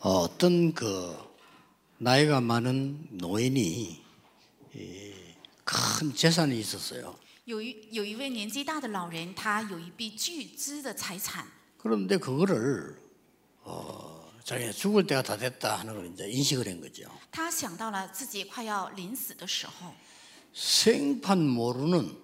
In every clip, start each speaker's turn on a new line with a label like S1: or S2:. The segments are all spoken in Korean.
S1: 어, 어떤 그 나이가 많은 노인이 이큰 재산이 있었어요.
S2: 有一有一位年纪大的老人，他有一笔巨资的财产，
S1: 그런데 그거를 어, 자기가 죽을 때가 다 됐다 하는 걸 이제 인식을 한 거죠.
S2: 他想到了自己快要临死的时候，
S1: 생판 모르는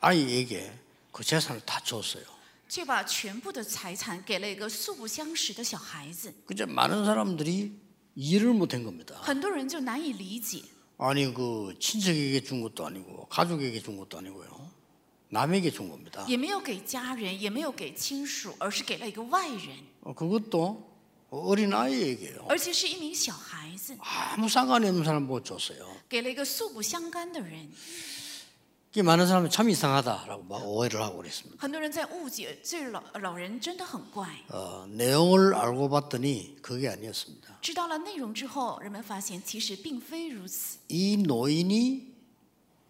S1: 아이에게 그 재산을 다 줬어요.
S2: 却把全部的财产给了一个素不相识的小孩子。
S1: 그제 많은 사람들이 이해를 못한 겁니다.
S2: 很多人就难以理解，
S1: 아니 그 친척에게 준 것도 아니고 가족에게 준 것도 아니고요. 남에게 준 겁니다.
S2: 也没有给家人，也没有给亲属，而是给了一个外人，
S1: 어, 그것도 어린 아이에게요.
S2: 而且是一名小孩子，
S1: 아무 상관이 없는 사람 못 줬어요.
S2: 给了一个素不相干的人。
S1: 이게 많은 사람이 참 이상하다라고 막 오해를 하고 그랬습니다.
S2: 很多人在误解这老老人真的很怪。
S1: 어, 내용을 알고 봤더니 그게 아니었습니다.
S2: 知道了内容之后，人们发现其实并非如此。
S1: 이 노인이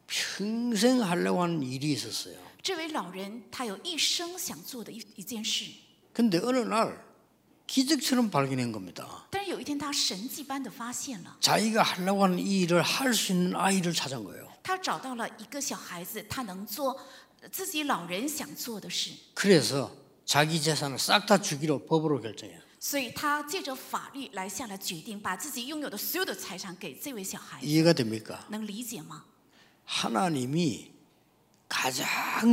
S1: 평생 하려고 하는 일이 있었어요.
S2: 这位老人他有一生想做的一一件事，
S1: 근데 어느 날 기적처럼 발견한 겁니다.
S2: 但是有一天他神迹般的发现了，
S1: 자기가 하려고 하는 이 일을 할 수 있는 아이를 찾은 거예요.
S2: 他找到了一个小孩子，他能做呃自己老人想做的事，
S1: 그래서 자기 재산을 싹 다 주기로 법으로 결정해요.
S2: 所以他借着法律来下了决定，把自己拥有的所有的财产给这位小孩，
S1: 이해가 됩니까?
S2: 能理解吗？
S1: 하나님이 가장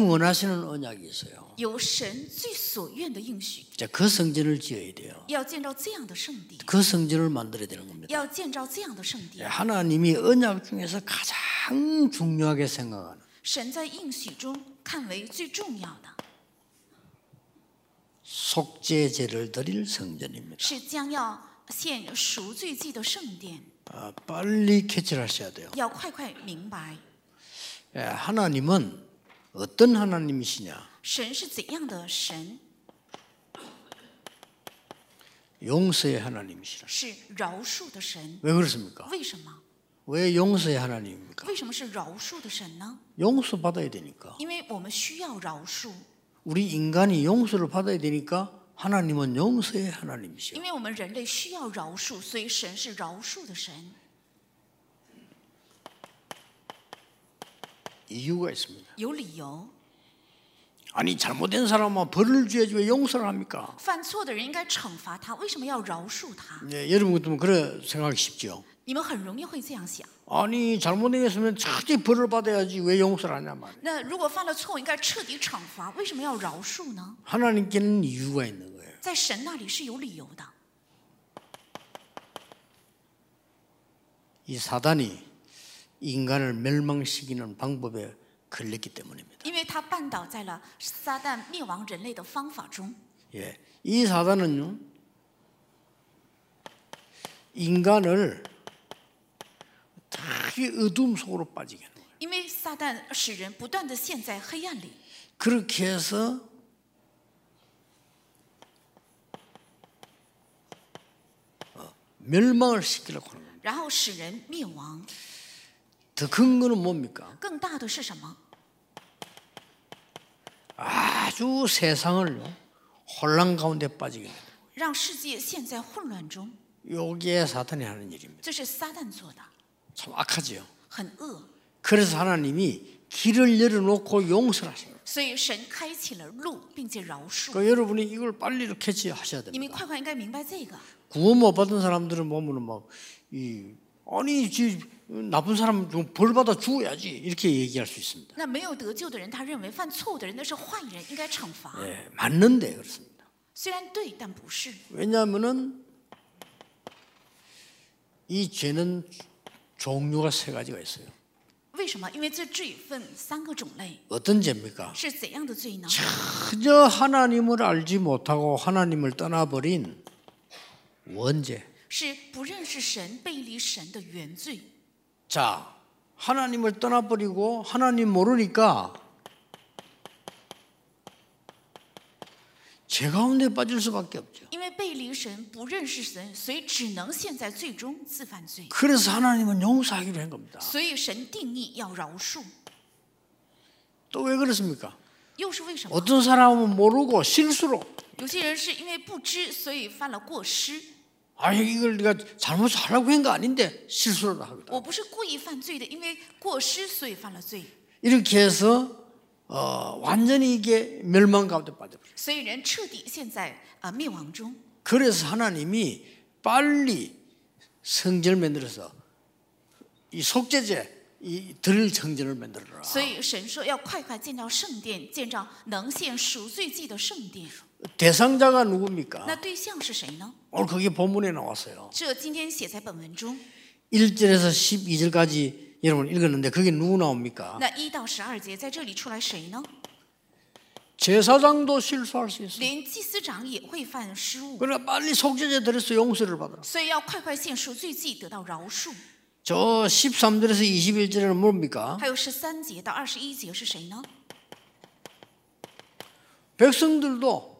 S1: 원하시는 언약이 있어요.
S2: 由神最所愿的应许，
S1: 이제 그 성전을 지어야 돼요.
S2: 要建造这样的圣地，
S1: 그 성전을 만들어야 되는 겁니다.
S2: 要建造这样的圣地。
S1: 하나님이 언약 중에서 가장 중요하게 생각하는
S2: 神在应许中看为最重要的
S1: 속죄제를 드릴 성전입니다.
S2: 是将要献赎罪祭的圣殿，
S1: 아, 빨리 캐치를 하셔야 돼요.
S2: 要快快明白
S1: 예, 하나님은 어떤 하나님이시냐?
S2: 神是怎样的神，
S1: 용서의 하나님이시라.
S2: 是饶恕的神。
S1: 왜 그렇습니까?
S2: 为什么？
S1: 왜 용서의 하나님입니까?
S2: 为什么是饶恕的神呢？
S1: 용서 받아야 되니까.
S2: 因为我们需要饶恕，
S1: 우리 인간이 용서를 받아야 되니까 하나님은 용서의 하나님이시요.
S2: 因为我们人类需要饶恕，所以神是饶恕的神。
S1: 이유가 있습니다.
S2: 有理由，
S1: 아니 잘못된 사람은 벌을 줘야지 왜 용서를 합니까?
S2: 犯错的人应该惩罚他，为什么要饶恕他？
S1: 예, 여러분 같으면 그래 생각하기 쉽죠.
S2: 你们很容易会这样想。
S1: 아니 잘못했으면 차지 벌을 받아야지 왜 용서를 하냐 말이에요.
S2: 那如果犯了错，应该彻底惩罚，为什么要饶恕呢？
S1: 하나님께는 이유가 있는 거예요.
S2: 在神那里是有理由的。
S1: 이 사단이 인간을 멸망시키는 방법에 걸렸기 때문입니다.
S2: 因为他绊倒在了撒旦灭亡人类的方法中。
S1: 예, 이 사단은요 인간을 되게 어둠 속으로 빠지게 하는 거예요.
S2: 因为撒旦使人不断的陷在黑暗里，
S1: 그렇게 해서 어, 멸망을 시키려고 하는 겁니다.
S2: 然后使人灭亡。
S1: 더 큰 거는 뭡니까?
S2: 更大的是什么？
S1: 아주 세상을 혼란 가운데 빠지게 됩니다.
S2: 让世界陷在混乱中，
S1: 요게 사탄이 하는 일입니다.
S2: 这是撒旦做的，
S1: 참 악하지요.
S2: 很恶。
S1: 그래서 하나님이 길을 열어놓고 용서를 하십니다.
S2: 所以神开启了路，并且饶恕。
S1: 그 여러분이 이걸 빨리 캐치하셔야
S2: 你们
S1: 됩니다.
S2: 快快应该明白这个。
S1: 구원 못 받은 사람들은 보면은 막이 아니 지 나쁜 사람 좀 벌 받아 죽어야지 이렇게 얘기할 수 있습니다.
S2: 那没有得救的人，他认为犯错的人那是坏人，应该惩罚。
S1: 예, 맞는데 그렇습니다.
S2: 虽然对，但不是，
S1: 왜냐하면은 이 죄는 종류가 세 가지가 있어요.
S2: 为什么？因为这罪分三个种类，
S1: 어떤 죄입니까?
S2: 是怎样的罪呢？
S1: 그저 하나님을 알지 못하고 하나님을 떠나버린 원죄.
S2: 是不认识神、背离神的原罪。
S1: 자, 하나님을 떠나버리고 하나님 모르니까 죄 가운데 빠질 수밖에 없죠.
S2: 因为背离神、不认识神，所以只能陷在最终自犯罪。
S1: 그래서 하나님은 용서하기로 한 겁니다.
S2: 所以神定义要饶恕，
S1: 또 왜 그렇습니까?
S2: 又是为什么？
S1: 어떤 사람은 모르고 실수로
S2: 有些人是因为不知，所以犯了过失，
S1: 아 이걸 네가 잘못을 하려고 한 거 아닌데 실수를 하거든.
S2: 我不是故意犯罪的，因为过失所以犯了罪，
S1: 이렇게 해서 어, 완전히 이게 멸망 가운데 빠져버려.
S2: 所以人彻底陷在啊、呃灭亡中。
S1: 그래서 하나님이 빨리 성전을 만들어서 이 속죄제 이 드릴 성전을 만들어라.
S2: 所以神说要快快建造圣殿，建造能献赎罪祭的圣殿。
S1: 啊 대상자가
S2: 那
S1: 누굽니까?
S2: 对象是谁呢？
S1: 오늘 그게 본문에 나왔어요.
S2: 这今天写在本文中。
S1: 1절에서 12절까지 여러분 읽었는데 그게 누구 나옵니까?
S2: 那一到十二节在这里出来谁呢？
S1: 제사장도 실수할 수 있어.
S2: 连祭司长也会犯失误，
S1: 그러나 빨리 속죄제 드려서 용서를 받아라.
S2: 所以要快快献赎罪祭，得到饶恕。
S1: 저 13절에서 21절에는 뭡니까?
S2: 还有十三节到二十一节是谁呢？
S1: 백성들도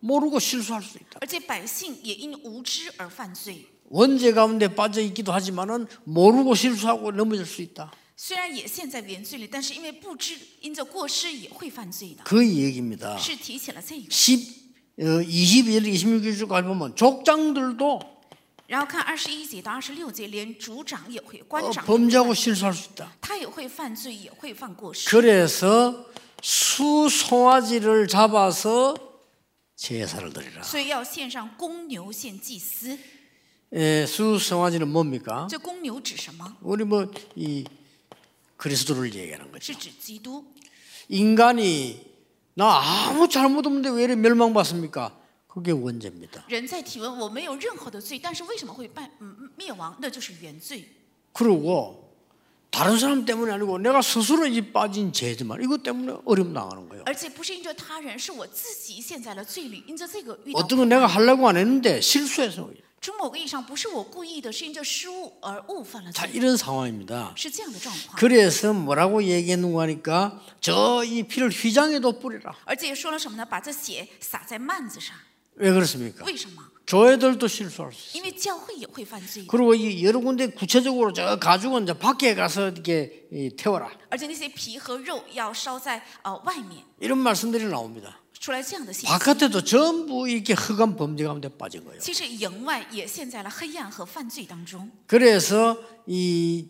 S1: 모르고 실수할 수 있다.
S2: 而且百姓也因无知而犯罪，
S1: 원죄 가운데 빠져 있기도 하지만은 모르고 실수하고 넘어질 수 있다.
S2: 虽然也陷在原罪里，但是因为不知，因着过失也会犯罪的，
S1: 그 얘기입니다. 어,
S2: 是提起了这个。
S1: 10, 22절, 26절까지 보면 족장들도 어,
S2: 然后看二十一节到二十六节，连族长也会，官
S1: 어,
S2: 长也会
S1: 범죄하고 실수할 수 있다.
S2: 他也会犯罪，也会犯过失。
S1: 그래서 수송아지를 잡아서 제사를 드리라.
S2: 所以要献上公牛献祭司。
S1: 예, 수송아지는 뭡니까?
S2: 这公牛指什么？
S1: 우리 뭐 이 그리스도를 얘기하는 거죠.
S2: 是指基督。
S1: 인간이 나 아무 잘못 없는데 왜 이렇게 멸망받습니까? 그게 원죄입니다.
S2: 人在体温，我没有任何的罪，但是为什么会犯嗯灭亡？那就是原罪。
S1: 그리고 다른 사람 때문이 아니고 내가 스스로 이 빠진 죄지만 이것 때문에 어려움 당하는 거예요.
S2: 而且不是因着他人，是我自己陷在了罪里，因着这个遇到。
S1: 어떤 건 내가 하려고 안 했는데 실수해서 오히려.
S2: 从某个意义上，不是我故意的，是因着失误而误犯了
S1: 자
S2: 罪，
S1: 이런 상황입니다.
S2: 是这样的状况。
S1: 그래서 뭐라고 얘기했는가 하니까 저 이 피를 휘장에도 뿌리라.
S2: 而且说了什么呢？把这血洒在幔子上，
S1: 왜 그렇습니까?
S2: 为什么？
S1: 교회들도 실수할 수 있어요.
S2: 因为教会也会犯罪的，
S1: 그리고 이 여러 군데 구체적으로 저 가죽은 저 밖에 가서 이렇게 이 태워라.
S2: 而且那些皮和肉要烧在呃外面，
S1: 이런 말씀들이 나옵니다.
S2: 出来这样的信息。
S1: 바깥에도 전부 이렇게 허간 범죄 가운데 빠진 거예요.
S2: 其实营外也陷在了黑暗和犯罪当中，
S1: 그래서 이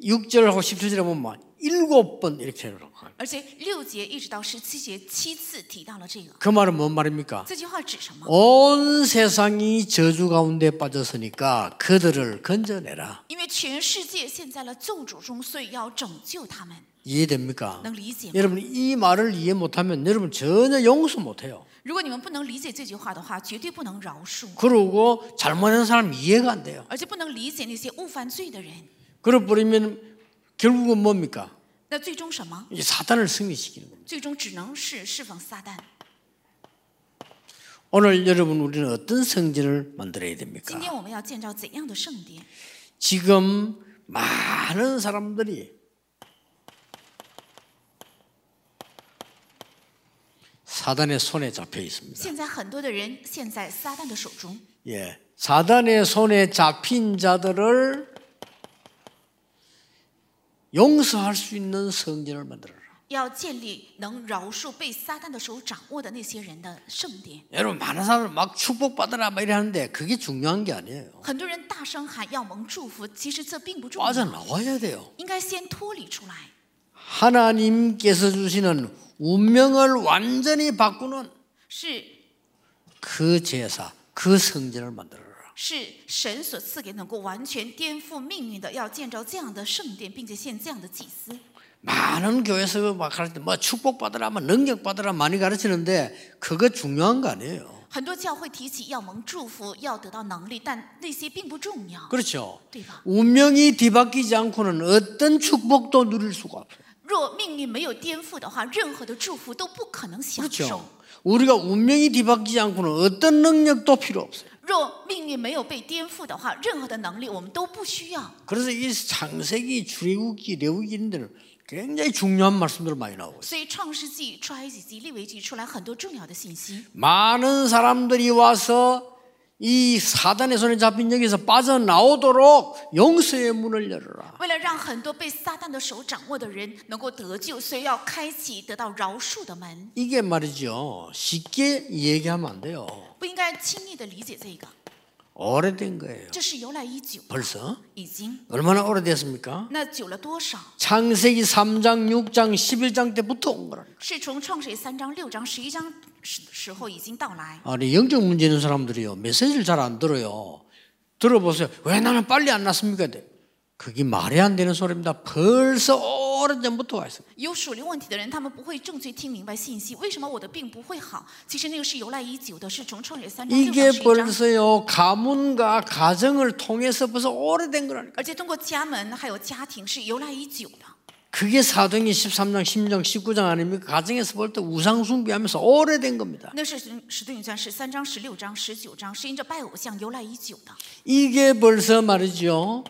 S1: 6절하고 17절에 보면 일곱 번 이렇게 해놓은 거예요.
S2: 而且六节一直到十七节七次提到了这个。
S1: 그 말은 뭔 말입니까?
S2: 这句话指什么？
S1: 온 세상이 저주 가운데 빠졌으니까 그들을 건져내라.
S2: 因为全世界陷在了咒诅中，所以要拯救他们，
S1: 이해됩니까?
S2: 能理解吗？
S1: 여러분 이 말을 이해 못하면 여러분 전혀 용서 못해요.
S2: 如果你们不能理解这句话的话，绝对不能饶恕，
S1: 그러고 잘못한 사람 이해가 안 돼요.
S2: 而且不能理解那些误犯罪的人。
S1: 그래버리면 결국은 뭡니까?
S2: 那最终什么？
S1: 이 사탄을 승리시키는 겁니다.
S2: 最终只能是释放撒旦。
S1: 오늘 여러분 우리는 어떤 성전을 만들어야
S2: 今
S1: 됩니까?
S2: 天我们要建造怎样的圣殿？
S1: 지금 많은 사람들이 사단의 손에 잡혀 있습니다.
S2: 现在很多的人陷在撒旦的手中，
S1: 예. 사단의 손에 잡힌 자들을 용서할 수 있는 성전을 만들어라.
S2: 要建立能饶恕被撒旦的手掌握的那些人的圣殿。
S1: 여러분 많은 사람들 막 축복받으라 막 이래 하는데 그게 중요한 게 아니에요.
S2: 很多人大声喊要蒙祝福，其实这并不重要，
S1: 빠져나와야 돼요.
S2: 应该先脱离出来。
S1: 하나님께서 주시는 운명을 완전히 바꾸는
S2: 是
S1: 그 제사, 그 성전을 만들어라.
S2: 是神所赐给能够完全颠覆命运的，要建造这样的圣殿，并且献这样的祭司。
S1: 많은 교회에서 막 가르칠 때뭐 축복받으라, 뭐 능력받으라 많이 가르치는데 그거 중요한 거 아니에요.
S2: 很多教会提起要蒙祝福，要得到能力，但那些并不重要。
S1: 그렇죠.
S2: 대박.
S1: 운명이 뒤바뀌지 않고는 어떤 축복도 누릴 수가 없어요.
S2: 若命运没有颠覆的话，任何的祝福都不可能享受
S1: 그렇죠. 。 우리가 운명이 뒤바뀌지 않고는 어떤 능력도 필요 없어요.
S2: 若命运没有被颠覆的话，任何的能力我们都不需要。
S1: 그래서 이 창세기, 출애굽기, 레위기 이런 데는 굉장히 중요한 말씀들 많이 나오고 있어요.
S2: 所以《创世纪》《出埃及记》《利未记》出来很多重要的信息，
S1: 많은 사람들이 와서 이 사단의 손에 잡힌 여기서 빠져나오도록 용서의 문을 열어라.
S2: 为了让很多被撒旦的手掌握的人能够得救，所以要开启得到饶恕的门。
S1: 이게 말이죠. 쉽게 얘기하면 안 돼요.
S2: 不应该轻易的理解这个。
S1: 오래된 거예요.
S2: 这是由来已久，
S1: 벌써
S2: 已经
S1: 얼마나 오래됐습니까?
S2: 那久了多少？
S1: 창세기 3장, 6장, 11장 때부터 온 거라.
S2: 是从创世记三章、六章、十一章时时候已经到来。
S1: 아니 영적 문제 있는 사람들이요 메시지를 잘 안 들어요. 들어보세요. 왜 나는 빨리 안 났습니까? 근데 그게 말이 안 되는 소리입니다. 벌써 오랜 전부터 와 있어요.
S2: 有属灵问题的人，他们不会正确听明白信息。为什么我的病不会好？其实那个是由来已久的，是从创世记三章、六
S1: 이게
S2: 章、十一章。
S1: 벌써요 가문과 가정을 통해서 벌써 오래된 거라니까.
S2: 而且通过家门还有家庭是由来已久的，
S1: 그게 사도행전 13장, 16장, 19장 아닙니까? 가정에서 볼 때 우상 숭배하면서 오래된 겁니다.
S2: 那是《使徒行传》十三章、十六章、十九章，是因着拜偶像由来已久的。
S1: 이게 벌써 말이죠.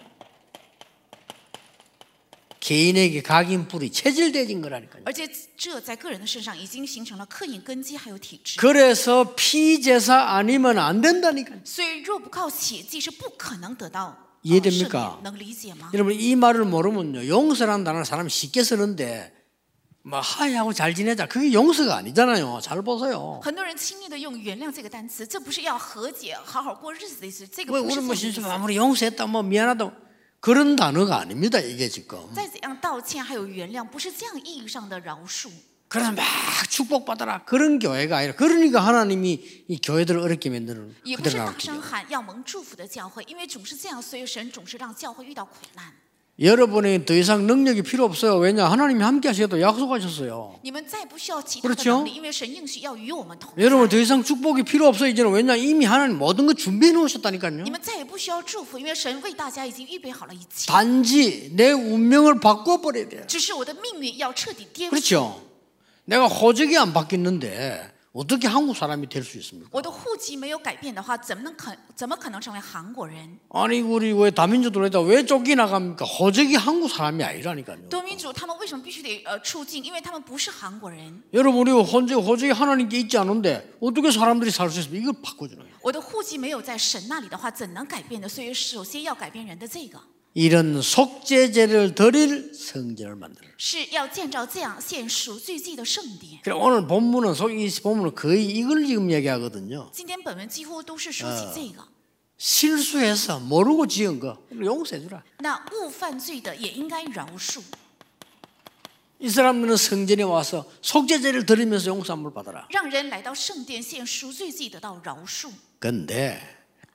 S1: 개인에게 각인 뿌리 체질되진 거라니까요.
S2: 而且这在个人的身上已经形成了刻印根基，还有体质。
S1: 그래서 피제사 아니면 안 된다니까요.
S2: 所以若不靠血祭是不可能得到呃
S1: 이해됩니
S2: 赦
S1: 까
S2: 免，能理解吗？
S1: 여러분 이 말을 모르면요. 용서라는 단어를 사람이 쉽게 쓰는데 막 하야하고 잘 지내자. 그게 용서가 아니잖아요. 잘 보세요.
S2: 很多人轻易的用“原谅”这个单词，这不是要和解、好好过日子的意思，这个
S1: 왜
S2: 不是
S1: 우리
S2: 这
S1: 뭐
S2: 个意
S1: 신수
S2: 思。
S1: 아무리 용서했다 뭐 미안하다 뭐 그런 단어가 아닙니다. 이게 지금.
S2: 再怎样道歉还有原谅，不是这样意义上的饶恕。
S1: 그래서 막 축복받아라 그런 교회가 아니라 그러니까 하나님이 이 교회들을 어렵게 만드는
S2: 也不是
S1: 그대로
S2: 大
S1: 나옵니다.
S2: 声喊要蒙祝福的教会，因为总是这样，所以神总是让教会遇到苦难。
S1: 여러분이 더 이상 능력이 필요 없어요. 왜냐 하나님이 함께 하시겠다 약속하셨어요.
S2: 你们再不需要其他
S1: 그렇
S2: 的
S1: 죠
S2: 能力，因为神应许要与我们同在。
S1: 여러분 더 이상 축복이 필요 없어요. 이제는 왜냐 이미 하나님 모든 거 준비해 놓으셨다니까요.
S2: 你们再也不需要祝福，因为神为大家已经预备好了一切。
S1: 단지 내 운명을 바꿔버려야 돼요.
S2: 只是我的命运要彻底颠覆，
S1: 그렇죠? 내가 호적이 안 바뀌었는데 어떻게 한국 사람이 될 수 있습니까?
S2: 我的户籍没有改变的话，怎么能可怎么可能成为韩国人？
S1: 아니 우리 왜 다민족들 에다왜 쫓겨나갑니까? 호적이 한국 사람이 아니라니까요.
S2: 多民主他们为什么必须得呃出境？因为他们不是韩国人。
S1: 여러분 우리 혼자 호적이 하나님께 있지 않은데 어떻게 사람들이 살 수 있습니까? 이걸 바꿔주는 거예요.
S2: 我的户籍没有在神那里的话，怎能改变呢？所以首先要改变人的这个，
S1: 이런 속죄제를 드릴 성전을 만드는 거예요.
S2: 是要建造这样献赎罪祭的圣殿。
S1: 그래 오늘 본문은 속- 이 본문은 거의 이걸 지금 얘기하거든요.
S2: 今天本文几乎都是说起这个。
S1: 실수해서 모르고 지은 거 용서해주라.
S2: 那误犯罪的也应该饶恕。
S1: 이 사람들은 성전에 와서 속죄제를 드리면서 용서함을 받아라.
S2: 让人来到圣殿献赎罪祭，得到饶恕。
S1: 근데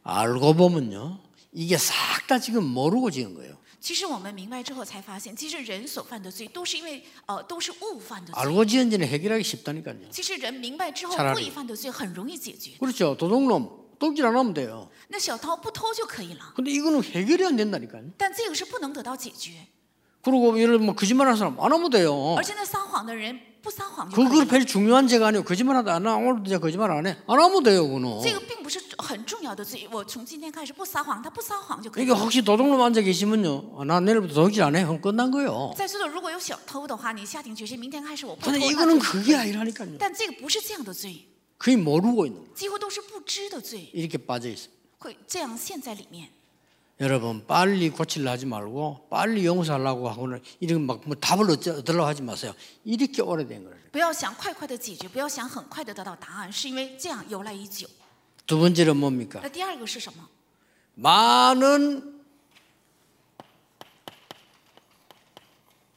S1: 알고 보면요. 이게 싹 다 지금 모르고 지은 거예요.
S2: 其实我们明白之后才发现，其实人所犯的罪都是因为呃都是误犯的罪。
S1: 알고 지은 지는 해결하기 쉽다니까요.
S2: 其实人明白之后，
S1: 차라리
S2: 故意犯的罪很容易解决。
S1: 그렇죠. 도둑놈 도둑질 안 하면 돼요.
S2: 那小偷不偷就可以了，
S1: 근데 이거는 해결이 안 된다니까요.
S2: 但这个是不能得到解决。
S1: 그리고 예를 들면 뭐 거짓말하는 사람 안 하면 돼요.
S2: 而且那撒谎的人不撒谎就哦可以
S1: 그걸
S2: 了。
S1: 별 중요한 죄가 아니에요. 거짓말하다 안 하. 오늘도 이제 거짓말 안 해. 안 하면 돼요. 그거는.
S2: 这个并不是很重要的罪。我从今天开始不撒谎，他不撒谎就可以
S1: 이게
S2: 了。
S1: 혹시 도둑놈 앉아 계시면요. 아, 나 내일부터 도둑질 안 해. 그럼 끝난 거예요.
S2: 再说的，如果有小偷的话，你下定决心，明天开始我不偷
S1: 근데
S2: 那就
S1: 이거는
S2: 可以
S1: 그게 아니라니까요.
S2: 但这个不是这样的罪，
S1: 그게 모르고 있는 거예요.
S2: 几乎都是不知的罪，
S1: 이렇게 빠져 있어요.
S2: 会这样陷在里面。
S1: 여러분 빨리 고치려 하지 말고 빨리 용서하려고 하고는 이런 막뭐 답을 얻자- 얻으려고 하지 마세요. 이렇게 오래된 거예요.
S2: 不要想快快的解决，不要想很快的得到答案，是因为这样由来已久。
S1: 두 번째는 뭡니까?
S2: 那第二个是什么？
S1: 많은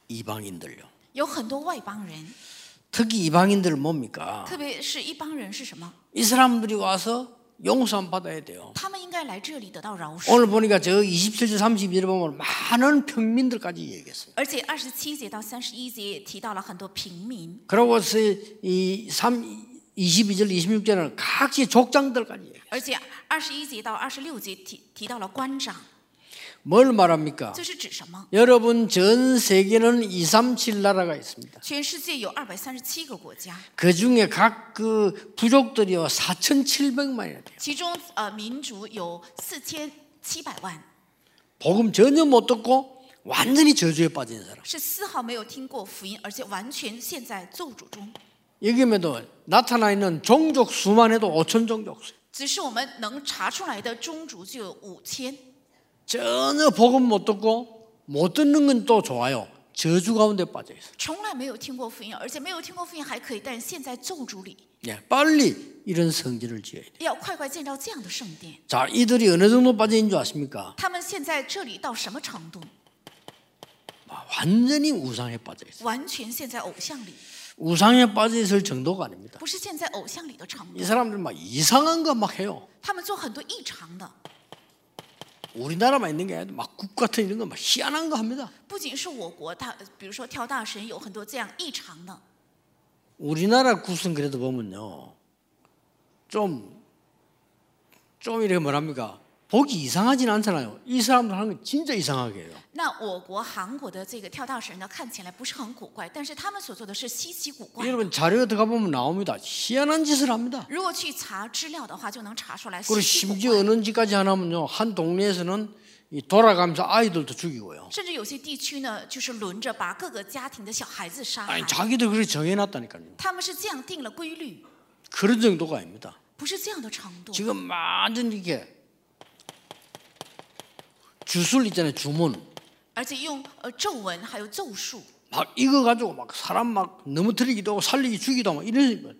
S1: 이방인들요.
S2: 有很多外邦人，
S1: 특히 이방인들은 뭡니까?
S2: 特别是一帮人是什么？
S1: 이 사람들이 와서 용서 안 받아야 돼요.
S2: 他们应该来这里得到饶恕。
S1: 오늘 보니까 저 27절 31절 보면 많은 평민들까지 얘기했어요.
S2: 而且二十七节到三十一节也提到了很多平民，
S1: 그러고서 이 3, 22절 26절은 각지 족장들까지 얘기해요.
S2: 而且二十一节到二十六节提提到了官长，
S1: 뭘 말합니까?
S2: 这是指什么？
S1: 여러분 전 세계는 237 나라가 있습니다.
S2: 全世界有二百三十七个国家，
S1: 그 중에 각 그 부족들이요 4,700만이나 돼요.
S2: 其中呃民族有四千七百万，
S1: 복음 전혀 못 듣고 완전히 저주에 빠진 사람.
S2: 是丝毫没有听过福音，而且完全陷在咒诅中。
S1: 여기에도 나타나 있는 종족 수만 해도 5천 종족 수.
S2: 只是我们能查出来的宗族就有五千，
S1: 전혀 복음 못 듣고 못 듣는 건 또 좋아요. 저주 가운데 빠져 있어요.
S2: 从来没有听过福音，而且没有听过福音还可以，但是现在咒诅里，
S1: 예, 빨리 이런 성질을 지어야 돼.
S2: 要快快建造这样的圣殿。
S1: 자, 이들이 어느 정도 빠져있는 줄 아십니까?
S2: 他们现在这里到什么程度？
S1: 완전히 우상에 빠져있어요.
S2: 完全陷在偶像里，
S1: 우상에 빠져있을 정도가 아닙니다.
S2: 不是陷在偶像里的程
S1: 이
S2: 度。
S1: 사람들 막 이상한 거 막 해요.
S2: 他们做很多异常的，
S1: 우리나라만 있는 게 아니라 막 국 같은 이런 거 막 희한한 거 합니다.
S2: 不仅是我国他，比如说跳大神有很多这样异常的。
S1: 우리나라 국은 그래도 보면요. 좀, 좀 이렇게 뭐랍니까? 보기 이상하진 않잖아요. 이 사람들 하는 거 진짜 이상하게 해요.
S2: 那我国韩国的这个跳大神呢，看起来不是很古怪，但是他们所做的是稀奇古怪。
S1: 여러분 자료에 들어가 보면 나옵니다. 희한한 짓을 합니다.
S2: 如果去查资料的话，就能查出来稀
S1: 그리고
S2: 奇古
S1: 심지어
S2: 怪。
S1: 어느 지까지 하냐면요. 한 동네에서는 이 돌아가면서 아이들도 죽이고요.
S2: 甚至有些地区呢，就是轮着把各个家庭的小孩子杀害
S1: 아니 。 자기들 그렇게 정해놨다니까요.
S2: 他们是这样定了规律，
S1: 그런 정도가 아닙니다.
S2: 不是这样的程度。
S1: 지금 완전 이게 주술 있잖아요. 주문.
S2: 而且用呃皱纹还有咒术，
S1: 막 이거 가지고 막 사람 막 넘어뜨리기도 하고 살리기 죽이도 막 이런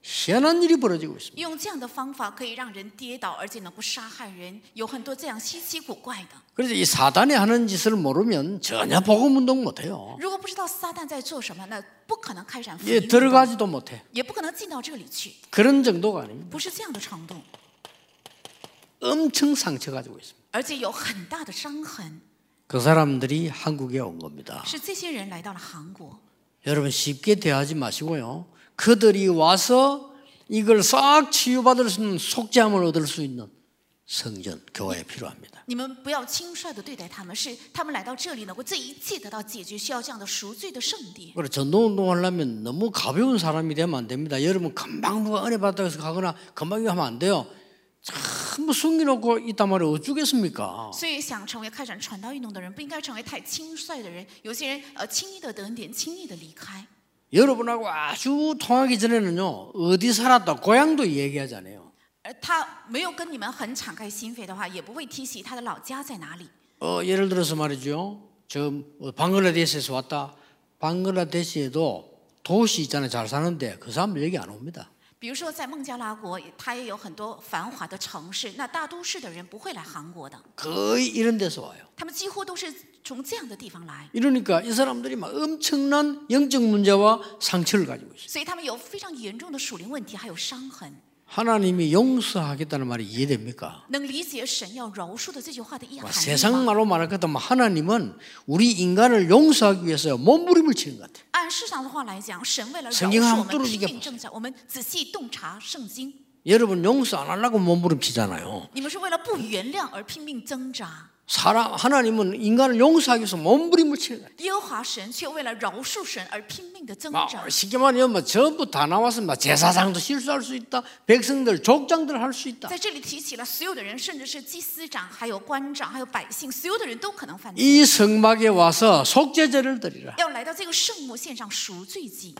S1: 희한한 일이 벌어지고 있습니다.
S2: 用这样的方法可以让人跌倒，而且呢不杀害人，有很多这样稀奇古怪的。
S1: 그래서 이 사단이 하는 짓을 모르면 전혀 복음 운동 못 해요.
S2: 如果不知道撒旦在做什么，那不可能开展福
S1: 예,
S2: 音运动，
S1: 들어가지도 못 해.
S2: 也不可能进到这里去，
S1: 그런 정도가 아닙니다.
S2: 不是这样的程度，
S1: 엄청 상처 가지고 있습니다.
S2: 而且有很大的伤痕，
S1: 그 사람들이 한국에 온 겁니다.
S2: 是这些人来到了韩国。
S1: 여러분 쉽게 대하지 마시고요. 그들이 와서 이걸 싹 치유받을 수 있는 속죄함을 얻을 수 있는 성전 교회에 필요합니다.
S2: 你们不要轻率的对待他们，是他们来到这里能够这一切得到解决，需要这样的赎罪的圣地。
S1: 그리고 전도 운동하려면 너무 가벼운 사람이 되면 안 됩니다. 여러분 금방 누가 은혜 받다고 해서 가거나 금방 이거 하면 안 돼요. 전부 숨겨놓고 있단 말이에요. 어쩌겠습니까?
S2: 所以，想成为开展传道运动的人，不应该成为太轻率的人。有些人呃，轻易的得恩典，轻易的离开。
S1: 여러분하고 아주 통하기 전에는요. 어디 살았다 고향도 얘기하지 않아요.
S2: 而他没有跟你们很敞开心扉的话，也不会提起他的老家在哪里。
S1: 어, 예를 들어서 말이죠. 저 어, 방글라데시에서 왔다. 방글라데시에도 도시 있잖아요. 잘 사는데 그 사람들 얘기 안 옵니다.
S2: 比如说，在孟加拉国，它也有很多繁华的城市，那大都市的人不会来韩国的，
S1: 거의 이런 데서 와요.
S2: 他们几乎都是从这样的地方来，
S1: 이러니까 이 사람들이 막 엄청난 영적 문제와 상처를 가지고 있어요.
S2: 所以他们有非常严重的属灵问题，还有伤痕。
S1: 하나님이 용서하겠다는 말이 이해됩니까?
S2: 能理解神要饶恕的这句话的意
S1: 와,
S2: 涵义
S1: 세상
S2: 吗？
S1: 말로 말할 것도 하나님은 우리 인간을 용서하기 위해서 몸부림을 치는 것 같아요.
S2: 按世上的话来讲，神为了饶
S1: 圣经上啊
S2: 恕我们
S1: 都是一
S2: 拼
S1: 个
S2: 命挣扎，我们仔细洞察圣经。
S1: 여러분 용서 안 하려고 몸부림 치잖아요.
S2: 你们是为了不原谅而拼命挣扎，
S1: 사람 하나님은 인간을 용서하기 위해서 몸부림을 치는 거예요.
S2: 耶和华神却为了饶恕神而拼命的挣
S1: 막
S2: 扎。
S1: 쉽게 말하면 뭐 전부 다 나와서 막 제사장도 실수할 수 있다. 백성들 족장들 할 수 있다.
S2: 在这里提起了所有的人，甚至是祭司长、还有官长、还有百姓，所有的人都可能犯罪。
S1: 이 성막에 와서 속죄제를 드리라.
S2: 要来到这个圣母献上赎罪祭，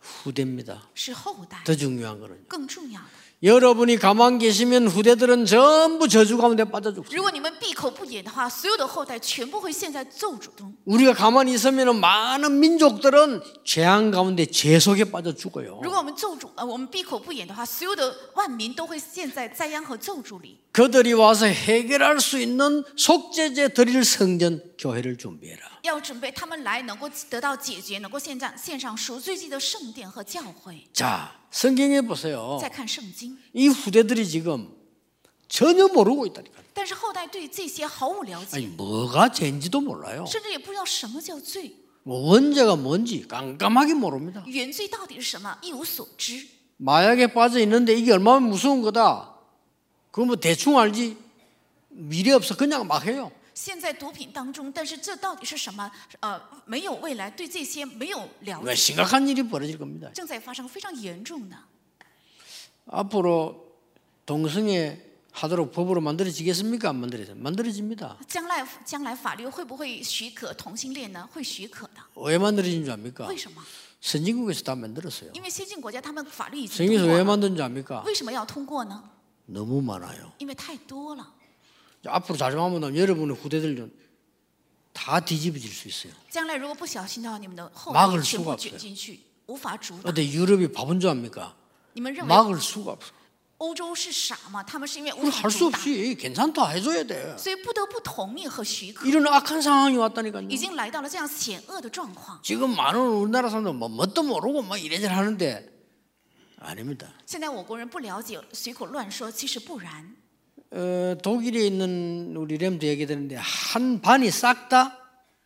S1: 후대입니다.
S2: 是后代
S1: 더 중요한 거는
S2: 更重要的。
S1: 여러분이 가만 계시면 후대들은 전부 저주 가운데 빠져 죽습니다.
S2: 如果你们闭口不言的话，所有的后代全部会陷在咒诅中。
S1: 우리가 가만히 있으면 많은 민족들은 재앙 가운데 죄 속에 빠져 죽어요.
S2: 如果我们咒诅，呃，我们闭口不言的话，所有的万民都会陷在灾殃和咒诅里。
S1: 그들이 와서 해결할 수 있는 속죄제 드릴 성전 교회를 준비해라.
S2: 要准备他们来能够得到解决，能够献上献上赎罪祭的圣殿和教会。
S1: 자, 성경에 보세요.
S2: 再看圣经，
S1: 이 후대들이 지금 전혀 모르고 있다니까.
S2: 但是后代对这些毫无了解
S1: 아니 ， 뭐가 죄인지도 몰라요.
S2: 甚至也不知道什么叫罪。
S1: 뭐 원죄가 뭔지 깜깜하게 모릅니다.
S2: 原罪到底是什么，一无所知。
S1: 마약에 빠져 있는데 이게 얼마나 무서운 거다. 그거 뭐 대충 알지 미래 없어 그냥 막 해요.
S2: 现在毒品当中，但是这到底是什么？呃，没有未来，对这些没有了
S1: 왜
S2: 解，
S1: 심각한 일이 벌어질 겁니다.
S2: 正在发生非常严重的。
S1: 앞으로 동성애 하도록 법으로 만들어지겠습니까? 안 만들어져? 만들어집니다.
S2: 将来将来法律会不会许可同性恋呢？会许可的。
S1: 왜 만들어진 줄 압니까?
S2: 为什么？
S1: 선진국에서 다 만들었어요.
S2: 因为先进国家他们法律已经
S1: 선진국에서
S2: 通
S1: 왜
S2: 过了，
S1: 만든 줄 압니까?
S2: 为什么要通过呢？
S1: 너무 많아요.
S2: 因为太多了。
S1: 앞으로 자주하면 여러분의 후대들은 다 뒤집어질 수 있어요.
S2: 将来如果不小心的话，你们的后
S1: 막을
S2: 代全
S1: 수가
S2: 部
S1: 없어요
S2: 卷进去，无法阻挡。
S1: 근데 유럽이 바본 줄 압니까?
S2: 你们认为
S1: 막을 수가 없어.
S2: 欧洲是傻吗？他们是因为无
S1: 그걸
S2: 法
S1: 할 수
S2: 阻挡，
S1: 없이 괜찮다 해줘야 돼.
S2: 所以不得不同意和许可。
S1: 이런 악한 상황이 왔다니까요.
S2: 已经来到了这样险恶的状况。
S1: 지금 많은 우리나라 사람들 뭐 뭣도 모르고 막 이래저래 하는데 아닙니다.
S2: 现在我国人不了解，随口乱说，其实不然。
S1: 어, 독일에 있는 우리 렘도 얘기 드는데 한 반이 싹 다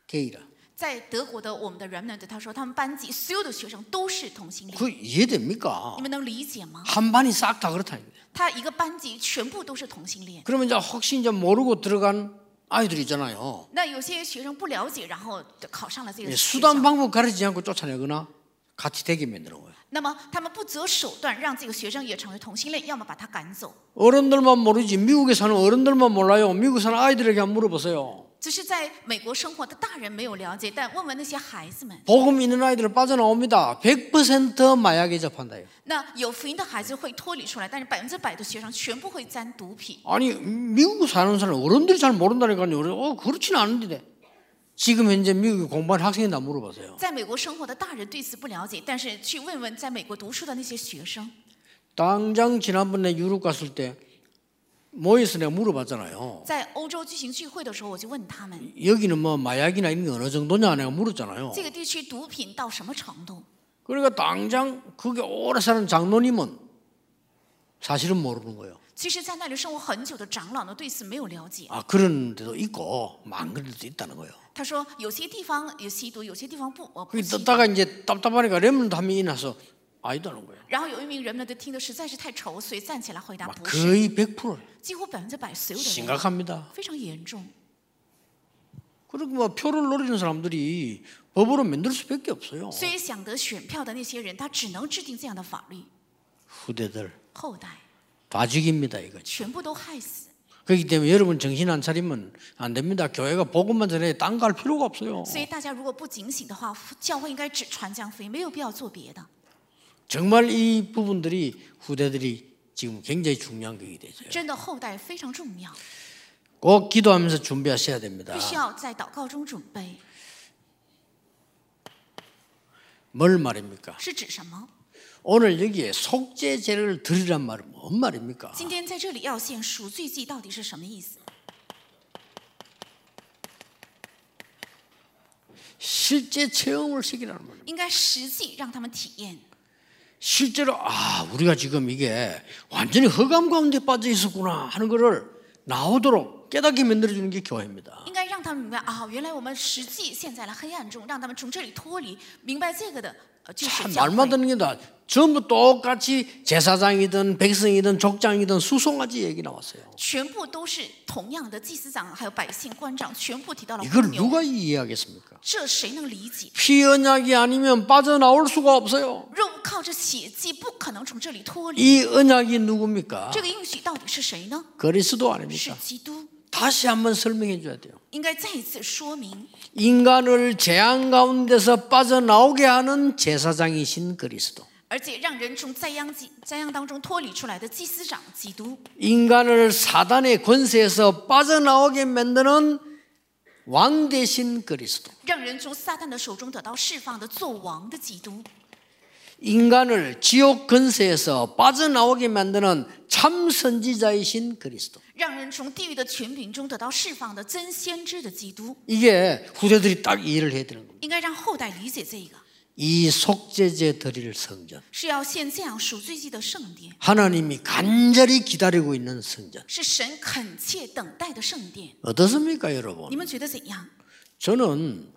S1: 게이라.
S2: 在德国的我们的 remnant，他说他们班级所有的学生都是同性恋，
S1: 그 이해됩니까?
S2: 你们能理解吗？
S1: 한 반이 싹 다 그렇다는 거예요.
S2: 他一个班级全部都是同性恋。
S1: 그러면 이제 혹시 이제 모르고 들어간 아이들 있잖아요.
S2: 那有些学生不了解，然后考上了这
S1: 예,
S2: 个学
S1: 수단
S2: 校，
S1: 방법 가르치지 않고 쫓아내거나 같이 되게 만드는 거예요.
S2: 那么他们不择手段让这个学生也成为同性恋，要么把他赶走。
S1: 어른들만 모르지 미국에 사는 어른들만 몰라요. 미국 사는 아이들에게 한번 물어보세요.
S2: 只是在美国生活的大人没有了解，但问问那些孩子们，
S1: 복음 있는 아이들은 빠져나옵니다. 100% 마약에 접한다요.
S2: 那有福音的孩子会脱离出来，但是百分之百的学生全部会沾毒品。
S1: 아니 미국 사는 사람 어른들이 잘 모른다니까요. 그래서 어 그렇지는 않은데 지금 현재 미국에 공부하는 학생이 다 물어보세요.
S2: 在美国生活的大人对此不了解，但是去问问在美国读书的那些学生。
S1: 당장 지난번에 유럽 갔을 때 모여서 내가 물어봤잖아요.
S2: 在欧洲举行聚会的时候，我就问他们，
S1: 여기는 뭐 마약이나 이런 게 어느 정도냐 내가 물었잖아요.
S2: 这个地区毒品到什么程度？
S1: 그러니까 당장 그게 오래 사는 장로님은 사실은 모르는 거예요.
S2: 其实，在那里生活很久的长老呢，对此没有了解。
S1: 아 그런 데도 있고 뭐안 그런 데도 있다는 거예요.
S2: 他说，有些地方有吸毒，有些地方不，我不
S1: 그
S2: 吸。
S1: 듣다가 이제 답답하니까 렘넌트 한명이 나서 아니다는 거예요.
S2: 然后有一名人们的听得实在是太愁，所以站起来回答
S1: 막
S2: 不是，
S1: 거의 100%
S2: 几乎百分之百所有
S1: 啊
S2: 的人
S1: 심각합니다.
S2: 非常严重。
S1: 그리고 뭐 표를 노리는 사람들이 법으로 만들 수밖에 없어요.
S2: 所以想得选票的那些人，他只能制定这样的法律，
S1: 후대들
S2: 后代
S1: 다 죽입니다 이거지.
S2: 全部都害死。
S1: 그렇기 때문에 여러분 정신 안 차리면 안 됩니다. 교회가 복음만 전해 딴거할 필요가 없어요.
S2: 所以大家如果不警醒的话，教会应该只传讲福音，没有必要做别的。
S1: 정말 이 부분들이 후대들이 지금 굉장히 중요한 것이 되죠.
S2: 真的，后代非常重要，
S1: 꼭 기도하면서 준비하셔야 됩니다.
S2: 必须要在祷告中准备。
S1: 뭘 말입니까?
S2: 是指什么？
S1: 오늘 여기에 속죄 제를 드리란 말은 뭔 말입니까?
S2: 今天在这里要献赎罪祭到底是什么意思？
S1: 실제 체험을 시키라는 말입니다.
S2: 应该实际让他们体验。
S1: 실제로 아 우리가 지금 이게 완전히 허감 가운데 빠져 있었구나 하는 것을 나오도록 깨닫게 만들어 주는 게 교회입니다.
S2: 应该让他们明白啊，原来我们实际陷在了黑暗中，让他们从这里脱离，明白这个的，呃，就是
S1: 참
S2: 教
S1: 말만
S2: 会。
S1: 듣는 게 다 전부 똑같이 제사장이든 백성이든 족장이든 수송아지 얘기 나왔어요.
S2: 全部都是同样的，祭司长还有百姓官长全部提到了红
S1: 이걸
S2: 牛，
S1: 누가 이해하겠습니까?
S2: 这谁能理解？
S1: 피 언약이 아니면 빠져나올 수가 없어요.
S2: 肉靠着血祭不可能从这里脱离。
S1: 이 언약이 누굽니까?
S2: 这个应许到底是谁呢？
S1: 그리스도
S2: 是
S1: 아닙니까?
S2: 基督，
S1: 다시 한번 설명해 줘야 돼요.
S2: 应该再一次说明，
S1: 인간을 재앙 가운데서 빠져나오게 하는 제사장이신 그리스도.
S2: 而且让人从灾殃祭灾殃当中脱离出来的祭司长基督，
S1: 인간을 사단의 권세에서 빠져나오게 만드는 왕 대신 그리스도.
S2: 让人从撒旦的手中得到释放的做王的基督，
S1: 인간을 지옥 권세에서 빠져나오게 만드는 참 선지자이신 그리스도.
S2: 让人从地狱的权柄中得到释放的真先知的基督，
S1: 이게 후대들이 딱 이해를 해야 되는 겁니다.
S2: 应该让后代理解这个
S1: 이 속죄제 드릴 성전.
S2: 是要献这样赎罪祭的圣殿。
S1: 하나님이 간절히 기다리고 있는 성전.
S2: 是神恳切等待的圣殿。
S1: 어떻습니까, 여러분?
S2: 你们觉得怎样？
S1: 저는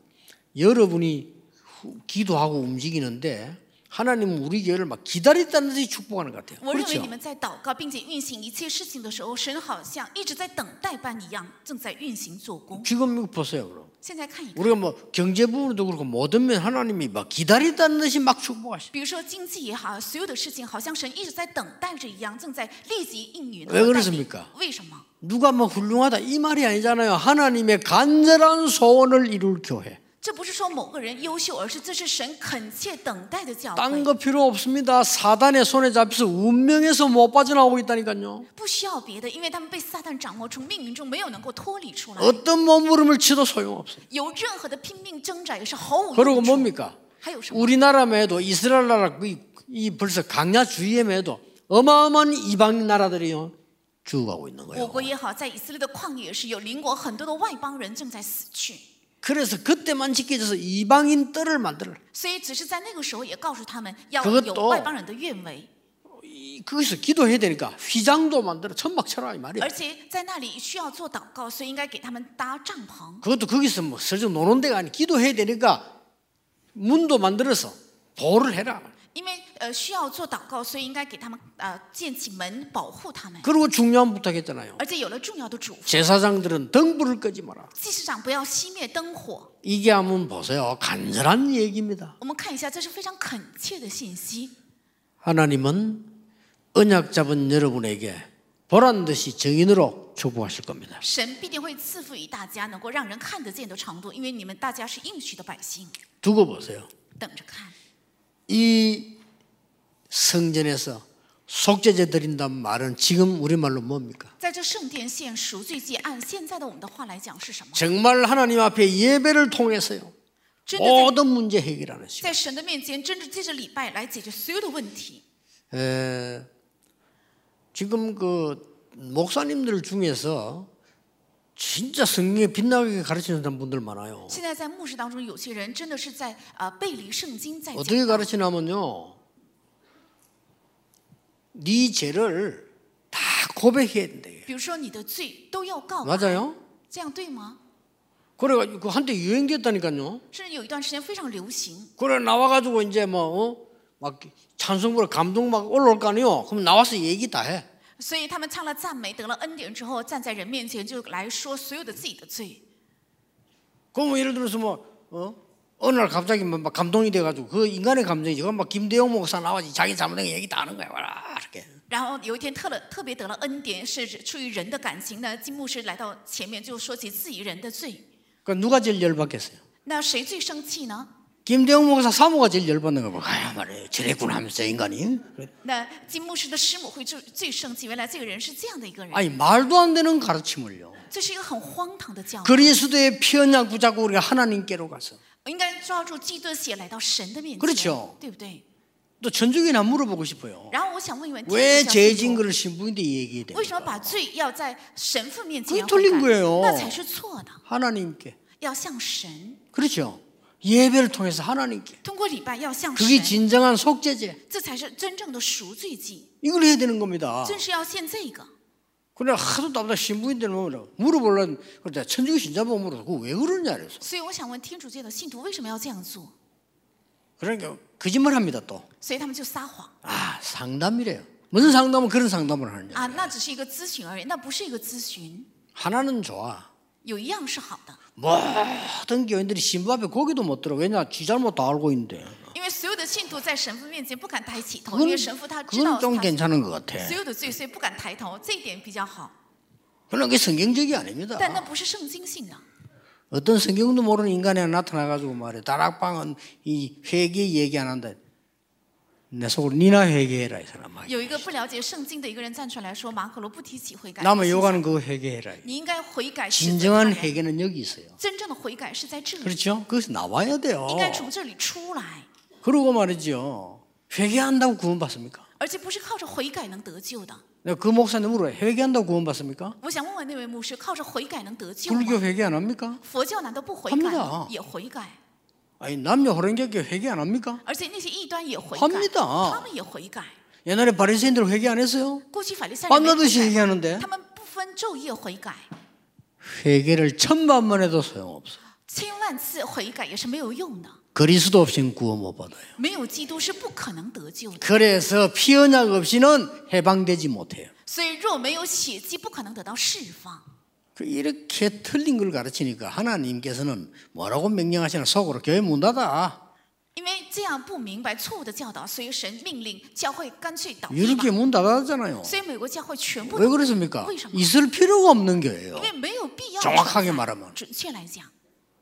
S1: 여러분이 후- 기도하고 움직이는데 하나님은 우리 교회를 막 기다렸다는 듯이 축복하는 것 같아요.
S2: 我认为
S1: 그렇죠?
S2: 你们在祷告并且运行一切事情的时候，神好像一直在等待般一样，正在运行做工。
S1: 지금 이거 보세요, 그럼.
S2: 现在看一看，
S1: 우리가 뭐 경제 부분도 그렇고 모든 면 하나님이 막 기다린다는 듯이 막 축복하시.
S2: 比如说经济也好，所有的事情好像神一直在等待着一样，正在立即应允。
S1: 왜그렇습니까
S2: 哎为什么？
S1: 누가 뭐 훌륭하다 이 말이 아니잖아요. 하나님의 간절한 소원을 이룰 교회.
S2: 这不是说某个人优秀，而是这是神恳切等待的教
S1: 딴
S2: 会。
S1: 거 필요 없습니다. 사단의 손에 잡혀서 운명에서 못 빠져나오고 있다니까요.
S2: 不需要别的，因为他们被撒旦掌握，从命运中没有能够脱离
S1: 아, 네.
S2: 出来。
S1: 어떤 몸부림을 치도 소용없어요.
S2: 有任何的拼命挣扎也是毫无用
S1: 어, 그리고
S2: 处。
S1: 뭡니까?
S2: 还有什么？
S1: 우리나라에도 이스라엘 나라 그, 이, 이 벌써 강야 주위에도 어마어마한 이방 나라들이요 죽어가고 그- 있는
S2: 我
S1: 거예요.
S2: 国也好，在以色列的旷野也是有邻国很多的外邦人正在死去，
S1: 그래서 그때만 지켜져서 이방인 뜰을 만들어.
S2: 所以只是在那个时候也告诉他们要
S1: 그것도
S2: 有外邦人的愿为，
S1: 이- 거기서 기도해야 되니까 휘장도 만들어 천막 쳐라 이 말이야.
S2: 而且在那里需要做祷告，所以应该给他们搭帐篷。
S1: 그것도 거기서 뭐 설정 노는 데가 아니 기도해야 되니까 문도 만들어서 도를 해라.
S2: 因为呃需要做祷告，所以应该给他们呃建起门保护他们，
S1: 그리고 중요한 부탁했잖아요.
S2: 而且有了重要的嘱咐，
S1: 제사장들은 등불을 끄지 마라.
S2: 祭司长不要熄灭灯火。
S1: 이게 한번 보세요. 간절한 얘기입니다.
S2: 我们看一下，这是非常恳切的信息。
S1: 하나님은 언약 잡은 여러분에게 보란 듯이 증인으로 축복하실 겁니다.
S2: 神必定会赐福于大家，能够让人看得见的长度，因为你们大家是应许的百姓，
S1: 두고 보세요.
S2: 等着看。
S1: 이 성전에서 속죄제 드린다는 말은 지금 우리말로 뭡니까?
S2: 在这圣殿献赎罪祭，按现在的我们的话来讲是什么？
S1: 정말 하나님 앞에 예배를 통해서요.
S2: 真的在
S1: 모든 문제 해결하는 시간.
S2: 在神的面前，真的借着礼拜来解决所有的问题。
S1: 에, 지금 그 목사님들 중에서 진짜 성경에 빛나게 가르치는 사람 분들 많아요.
S2: 现在在牧师当中，有些人真的是在呃背离圣经，在讲
S1: 어떻게 가르치냐면요. 네 죄를 다 고백해야 된대요.
S2: 比如说你的罪都要告白，
S1: 맞아요?
S2: 这样对吗？
S1: 어, 그래가지고 그 한때 유행됐다니까요.
S2: 甚至有一段时间非常流行，
S1: 그래 나와가지고 이제 뭐 막 찬송부로 감동 막 올라올 거 아니요. 그럼 나와서 얘기 다 해.
S2: 所以他们唱了赞美，得了恩典之后，站在人面前就来说所有的自己的罪。
S1: 그럼 예를 들어서 뭐 어? 어느 날 갑자기 뭐막 감동이 돼가지고 그 인간의 감정이지. 그럼 막 김대영 목사 나와서 자기 잘못된 거 얘기 다 하는 거야. 와라 이렇게.
S2: 然后有一天特了特别得了恩典，是出于人的感情呢。金牧师来到前面就说起自己人的罪，
S1: 그 누가 제일 열받겠어요?
S2: 那谁最生气呢？
S1: 김대영 목사 사모가 제일 열받는 거 봐. 아야 말이야. 저랬구나 하면서 인간이.
S2: 那金牧师的师母会最最生气，原来这个人是这样的一个人，
S1: 아니 말도 안 되는 가르침을요.
S2: 这是一个很荒唐的教育。
S1: 그리스도의 피 언약 붙잡고 우리가 하나님께로 가서
S2: 应该抓住基督的血来到神的面
S1: 그렇
S2: 前，
S1: 죠
S2: 对不对？
S1: 또 천주교나 물어보고 싶어요.
S2: 然后我想问一问，
S1: 왜
S2: 天主教信
S1: 죄진
S2: 徒
S1: 거를 신부인데 얘기해야
S2: 为什么
S1: 돼요?
S2: 把罪要在神父面
S1: 그게
S2: 前要
S1: 틀린
S2: 悔改
S1: 거예요
S2: 那才是错的，
S1: 하나님께.
S2: 要向神，
S1: 그렇죠. 예배를 통해서 하나님께.
S2: 通过礼拜要向
S1: 그게
S2: 神，
S1: 진정한 속죄제.
S2: 这才是真正的赎罪祭，
S1: 이걸 해야 되는 겁니다.
S2: 正是要献这个。
S1: 그래 하도 답답 신부인들 보면 물어보려면 그래 천주교 신자 보면 물어. 그왜 그러냐 그래서.
S2: 所以我想问天主教的信徒为什么要这样做？
S1: 그러니까 거짓말 합니다 또.
S2: 所以他们就撒谎
S1: 아 상담이래요. 무슨 상담은 그런 상담을 하느냐.
S2: 啊，那只是一个咨询而已，那不是一个咨询。
S1: 하나는 좋아.
S2: 有一样是好的，
S1: 모든 교인들이 신부 앞에 고개도 못 들어. 왜냐? 지 잘못 다 알고 있는데.
S2: 因为所有的信徒在神父面前不敢抬起头，因
S1: 그건,
S2: 为神父他知
S1: 그건
S2: 道他
S1: 좀 괜찮은 것 같아.
S2: 所有的罪，所以不敢抬头，这一点比较好。
S1: 그러나 그게 성경적이 아닙니다.
S2: 但那不是圣经性的，
S1: 어떤 성경도 모르는 인간이 나타나가지고 말해. 다락방은 이 회개 얘기 안 한다. 내 속으로 니나 회개해라 이 사람아.
S2: 有一个不了解圣经的一个人站出来说：“马可罗不提起悔改，
S1: 남의 요가는 그거 회개해라.
S2: 你应该悔改。”是
S1: 진정한 회개는 여기 있어요.
S2: 真正的悔改是在这里，
S1: 그렇죠? 그것이 나와야 돼요.
S2: 应该从这里出来，
S1: 그러고 말이죠. 회개한다고 구원받습니까?
S2: 而且不是靠着悔改能得救的。
S1: 내가 그 목사님 물어요. 회개한다고 구원받습니까?
S2: 我想问问那位牧师，靠着悔改能得救吗？
S1: 불교 회개 안 합니까?
S2: 佛教难道不悔改
S1: 합
S2: 吗
S1: 니다 ？
S2: 也悔改，
S1: 아니 남녀 호랑이교 회개 안 합니까?
S2: 而且那些异端也悔
S1: 합
S2: 改
S1: 니다 ，
S2: 他们也悔改。
S1: 옛날에 바리새인들 회개 안 했어요?
S2: 过去法利赛人没
S1: 밤낮없이
S2: 悔
S1: 회개하는데
S2: 改，他们不分昼夜悔改，
S1: 회개를 천만만 해도 소용없어.
S2: 千万次悔改也是没有用的。
S1: 그리스도 없이는 구원 못 받아요.
S2: 没有基督是不可能得救的，
S1: 그래서 피언약 없이는 해방되지 못해요.
S2: 所以若没有血迹，不可能得到释放。
S1: 그 이렇게 틀린 걸 가르치니까 하나님께서는 뭐라고 명령하시나 속으로 교회 문 닫아.
S2: 因为这样不明白错误的教导，所以神命令教会干脆倒闭吧。
S1: 이렇게 문 닫았잖아요.
S2: 所以美国教会全部
S1: 왜
S2: 都，
S1: 그렇습니까?
S2: 왜 이러나?
S1: 있을 필요가 없는 교회예요.
S2: 因为没有必要。
S1: 정확하게말하면
S2: 准确来讲，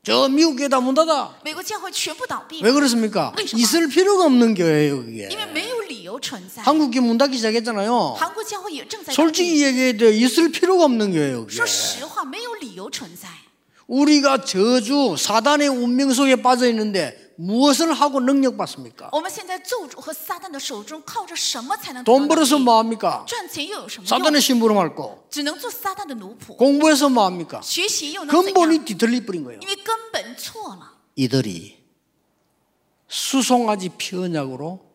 S1: 저 미국 교회 다문 닫아.
S2: 美国教会全部倒闭
S1: 왜 ， 그렇습니까?
S2: 왜 이러나?
S1: 있을 필요가 없는 교회예요, 그게.
S2: 因为没有理由存在。
S1: 한국 교회 문 닫기 시작했잖아요.
S2: 韩国教会也正在倒闭
S1: 솔직히 얘기해야 돼요. 있을 필요가 없는 교회예요, 그게.
S2: 说实话，没有理由存在。
S1: 우리가 저주 사단의 운명 속에 빠져 있는데 무엇을 하고 능력받습니까?
S2: 我们现在咒主和撒旦的手中靠着什么才能得到
S1: 돈
S2: 能力
S1: 벌어서 뭐합니까?
S2: 赚钱又有什么用？
S1: 사단의 심부름할 거.
S2: 只能做撒旦的奴仆，
S1: 공부해서 뭐합니까?
S2: 学习又能怎样？
S1: 근본이 뒤틀리 뿌린 거예요.
S2: 因为根本错了。
S1: 이들이 수송아지 피언약으로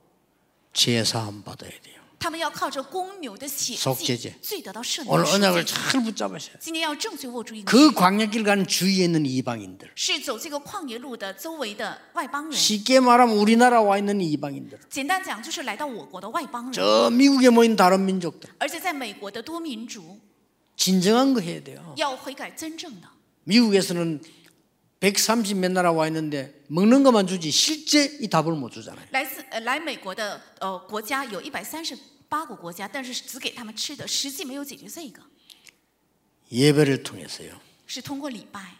S1: 제사함 받아야 돼요.
S2: 他们要靠着公牛的血
S1: 속죄
S2: 祭
S1: 죄
S2: 罪得到赦
S1: 오늘
S2: 免
S1: 언약을 。잘 붙잡으셔야 돼요.
S2: 今天要正确握住一个，
S1: 그 광야길 가는 주위에 있는 이방인들.
S2: 是走这个旷野路的周围的外邦人。
S1: 쉽게 말하면 우리나라 와 있는 이방인들.
S2: 简单讲，就是来到我国的外邦人，
S1: 저 미국에 모인 다른 민족들.
S2: 而且在美国的多民族
S1: 진정한 거 해야 돼요.
S2: 要悔改真正的。
S1: 미국에서는 130 몇 나라 와 있는데 먹는 것만 주지 실제 이 답을 못 주잖아요.
S2: 来自呃来美国的呃国家有一百三十八个国家，但是只给他们吃的，实际没有解决这个，
S1: 예배를 통해서요.
S2: 是通过礼拜。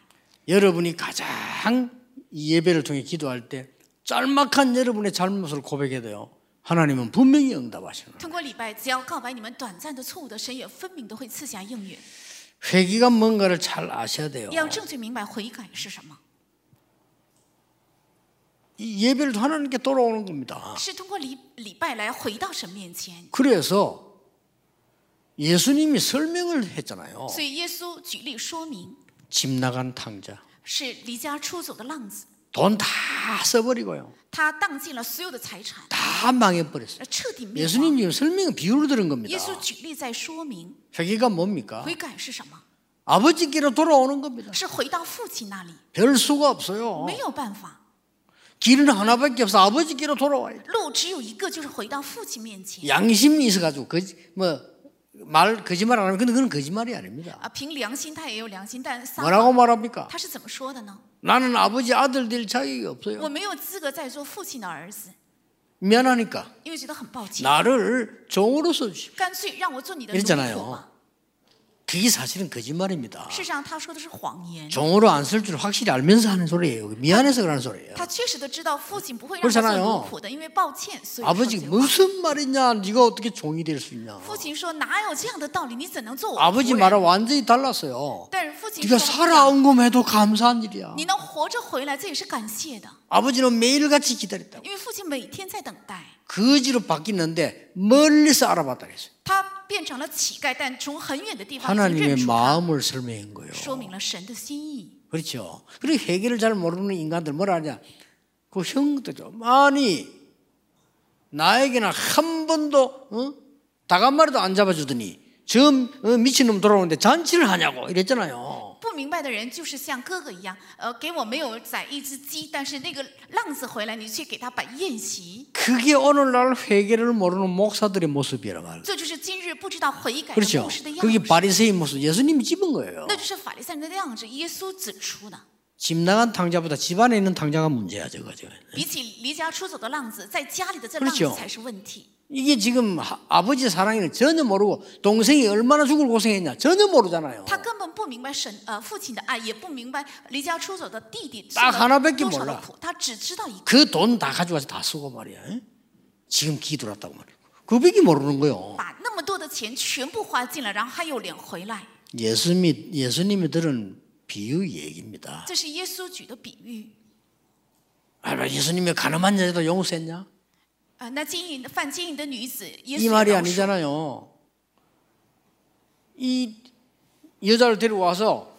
S1: 여러분이 가장 이 예배를 통해 기도할 때 짤막한 여러분의 잘못을 고백해도요. 하나님은 분명히 응답하시는 거예요.
S2: 通过礼拜，只要告白你们短暂的错误的，神也分明的会赐下应允。
S1: 회개가 뭔가를 잘 아셔야 돼요.
S2: 要正确明白悔改是什么，
S1: 이 예배를 하나님께 돌아오는 겁니다.
S2: 是通过礼礼拜来回到神面前。
S1: 그래서 예수님이 설명을 했잖아요.
S2: 所以耶稣举例说明，
S1: 집 나간 탕자.
S2: 是离家出走的浪子，
S1: 돈 다 써버리고요.
S2: 他荡尽了所有的财产，
S1: 다 망해버렸어요.
S2: 呃彻底灭亡。
S1: 예수님 지금 설명 비유로 들은 겁니다.
S2: 耶稣举例在说明
S1: 회개가 뭡니까?
S2: 悔改是什么，
S1: 아버지께로 돌아오는 겁니다.
S2: 是回到父亲那里，
S1: 별 수가 없어요.
S2: 没有办法，
S1: 길은 하나밖에 없어 아버지께로 돌아와야 돼.
S2: 路只有一个，就是回到父亲面前
S1: 양심이 있어가지고 거지 뭐, 뭐말 거짓말 안 하면 근데 그건 거짓말이 아닙니다.
S2: 啊。凭良心，他也有良心，但撒
S1: 뭐라고
S2: 谎，
S1: 말합니까?
S2: 他是怎么说的呢？
S1: 나는 아버지 아들 될 자격이 없어요.
S2: 我没有资格再做父亲的儿子，
S1: 미안하니까
S2: 因为觉得很抱歉，
S1: 나를 종으로 써주시.
S2: 干脆让我做你的奴
S1: 그랬잖아요
S2: 仆吧。
S1: 그게 사실은 거짓말입니다.
S2: 事实上，他说的是谎言。
S1: 종으로 안 쓸 줄 확실히 알면서 하는 소리예요. 미안해서 그러는 소리예요.
S2: 他确实的知道父亲不会让他
S1: 그렇잖아요
S2: 做奴仆的，因为抱歉，所以说
S1: 아버지
S2: 这话
S1: 무슨 말이냐? 네가 어떻게 종이 될 수 있냐?
S2: 父亲说哪有这样的道理？你怎能做我的
S1: 아버지
S2: 仆人
S1: 말하 완전히 달랐어요.
S2: 但是父亲
S1: 네가
S2: 说
S1: 살아 언금해도 감사한 일이야.
S2: 你能活着回来，这也是感谢的，
S1: 아버지는 매일같이 기다렸다.
S2: 因为父亲每天在等待。
S1: 거지로 바뀌는데 멀리서 알아봤다 그랬어요.
S2: 他变成了乞丐，但从很远的地方就认
S1: 하나님의
S2: 出他，
S1: 마음을 설명한 거예요.
S2: 说明了神的心意。
S1: 그렇죠. 그리고 회개를 잘 모르는 인간들 뭐라 하냐? 그 형들죠. 아니 나에게는 한 번도 어? 다간 말도 안 잡아주더니 저 어, 미친놈 돌아오는데 잔치를 하냐고 이랬잖아요.
S2: 不明白的人就是像哥哥一样，呃，给我没有宰一只鸡，但是那个浪子回来，你却给他摆宴席，
S1: 그게 오늘날 회개를 모르는 목사들의 모습이라고 하는 거예요.
S2: 这就是今日不知道悔改的
S1: 그렇죠.
S2: 牧师的样
S1: 그게
S2: 子。
S1: 바리새인 모습 예수님이 집은 거예요.
S2: 那就是法利赛人的样子。耶稣指出的，
S1: 집 나간 탕자보다 집 안에 있는 탕자가 문제야 저거 지금.
S2: 比起离家出走的浪子，在家里的这浪
S1: 그렇죠
S2: 子才是问题。
S1: 이게 지금 하- 아버지 사랑을 전혀 모르고 동생이 얼마나 죽을 고생했냐 전혀 모르잖아요.
S2: 他根本不明白神呃父亲的爱，也不明白离家出走的弟弟受
S1: 딱
S2: 啊了
S1: 하나밖에
S2: 多少
S1: 몰라
S2: 的苦，他只知道一个
S1: 그 돈 다 가져와서 다 쓰고 말이야. 에? 지금 기도했다고 말이야. 그밖에 모르는 거요.
S2: 把那么多的钱全部花尽了，然后还有脸回来，
S1: 예수님이 예수님이 들은 비유 얘기입니다.
S2: 这是耶稣举的比喻。
S1: 아, 예수님이 가늠한 여자도 용서했냐?
S2: 啊、那经营犯经营的女子，耶
S1: 이
S2: 稣
S1: 말이
S2: 也饶恕
S1: 아니잖아요. 이 여자를 데려와서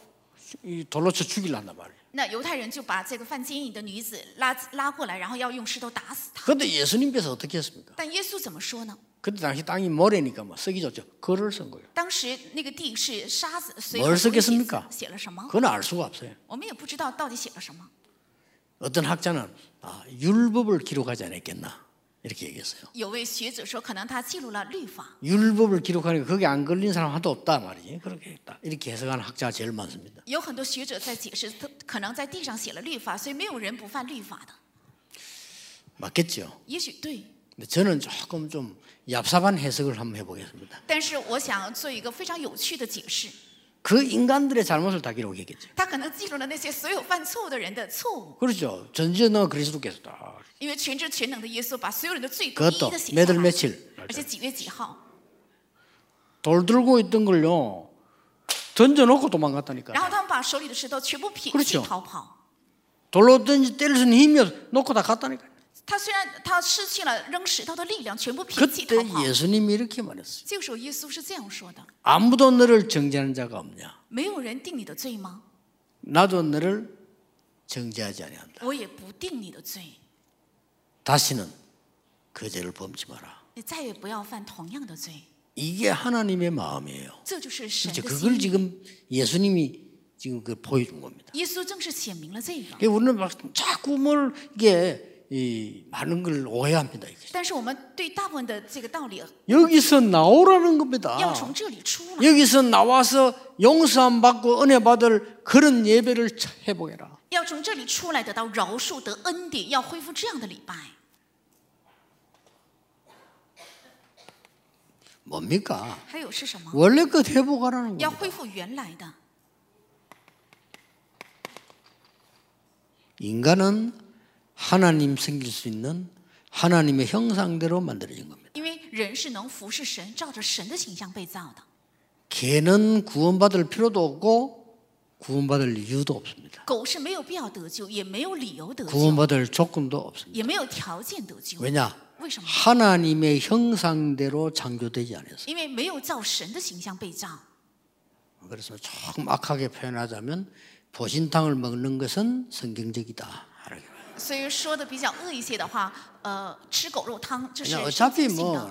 S1: 이 돌로 쳐 죽이려 한단 말이야.
S2: 那犹太人就把这个犯奸淫的女子拉拉过来，然后要用石头打死她。
S1: 그런데 예수님께서 어떻게 했습니까?
S2: 但耶稣怎么说呢？
S1: 그때 당시 땅이 모래니까 뭐 쓰기 좋죠. 글을 쓴 거예요.
S2: 当时那个地是沙子，随
S1: 뭘쓰겠습니까
S2: 写写了什么？
S1: 그건 알 수가 없어요.
S2: 我们也不知道到底写了什么。
S1: 어떤 학자는 아, 율법을 기록하지 않았겠나 이렇게 얘기했어요.
S2: 有位学者说，可能他记录了律法，
S1: 율법을 기록하니까 거기 안 걸린 사람 하나도 없다 말이지. 그렇게 했다. 이렇게 해석하는 학자가 제일 많습니다.
S2: 有很多学者在解释，他可能在地上写了律法，所以没有人不犯律法的。
S1: 맞겠죠.
S2: 也许对，
S1: 근데 저는 조금 좀 얍삽한 해석을 한번 해보겠습니다.
S2: 但是我想做一个非常有趣的解释，
S1: 그 인간들의 잘못을 다 기록했겠죠.
S2: 他可能记录了那些所有犯错误的人的错误。
S1: 그렇죠. 전지전능한 그리스도께서 다
S2: 因为全知全能的耶稣把所有人的罪都一一
S1: 그것도
S2: 的写下
S1: 매들
S2: 来，
S1: 며칠
S2: 而且几月几号，
S1: 돌 들고 있던 걸요 던져놓고
S2: 然
S1: 도망갔다니까.
S2: 后他们把手里的石头全部撇
S1: 그렇죠
S2: 弃逃跑，
S1: 돌로 든지 때릴 수 있는 힘이 없어. 놓고 다 갔다니까.
S2: 他虽然他失去了扔石头的力量，全部平弃
S1: 그때
S2: 逃跑。
S1: 예수님이 이렇게 말했어요.
S2: 这个时候，耶稣是这样说的
S1: 아무도 너를 정죄하는 자가 없냐. ：“
S2: 没有人定你的罪吗？
S1: 나도 너를 정죄하지 아니한다.
S2: 我也不定你的罪，
S1: 다시는 그 죄를 범지 마라.
S2: 你再也不要犯同样的罪。
S1: 이게 하나님의 마음이에요. ”
S2: 这就是神
S1: 이제
S2: 的
S1: 그걸
S2: 心意。
S1: 지금 예수님이 지금 그 보여준 겁니다.
S2: 耶稣正是显明了这个。
S1: 이게 우리는 막 자꾸 뭘 이게 이 많은 걸 오해합니다. 이게.
S2: 但是我们对大部分的这个道理啊
S1: 여기서 나오라는 겁니다.
S2: 要从这里出来，
S1: 여기서 나와서 용서함 받고 은혜 받을 그런 예배를 해보게라.
S2: 要从这里出来得到饶恕、得恩典，要恢复这样的礼拜，
S1: 뭡니까?
S2: 还有是什么？
S1: 원래 껏 해보가라는
S2: 要
S1: 거예요.
S2: 恢复原来的。
S1: 인간은 하나님 생길 수 있는 하나님의 형상대로 만들어진 겁니다.
S2: 因为人是能服侍神，照着神的形象被造的。
S1: 개는 구원받을 필요도 없고 구원받을 이유도 없습니다.
S2: 狗是没有必要得救，也没有理由得救，
S1: 구원받을 조건도 없습니다.
S2: 也没有条件得救。
S1: 왜냐?
S2: 为什么？
S1: 하나님의 형상대로 창조되지 않아서.
S2: 因为没有照神的形象被造。
S1: 그래서 조금 악하게 표현하자면 보신탕을 먹는 것은 성경적이다. 이렇게 봐요.
S2: 所以说的比较恶一些的话，呃，吃狗肉汤这是
S1: 그냥
S2: 神
S1: 어차피
S2: 性
S1: 뭐
S2: 的，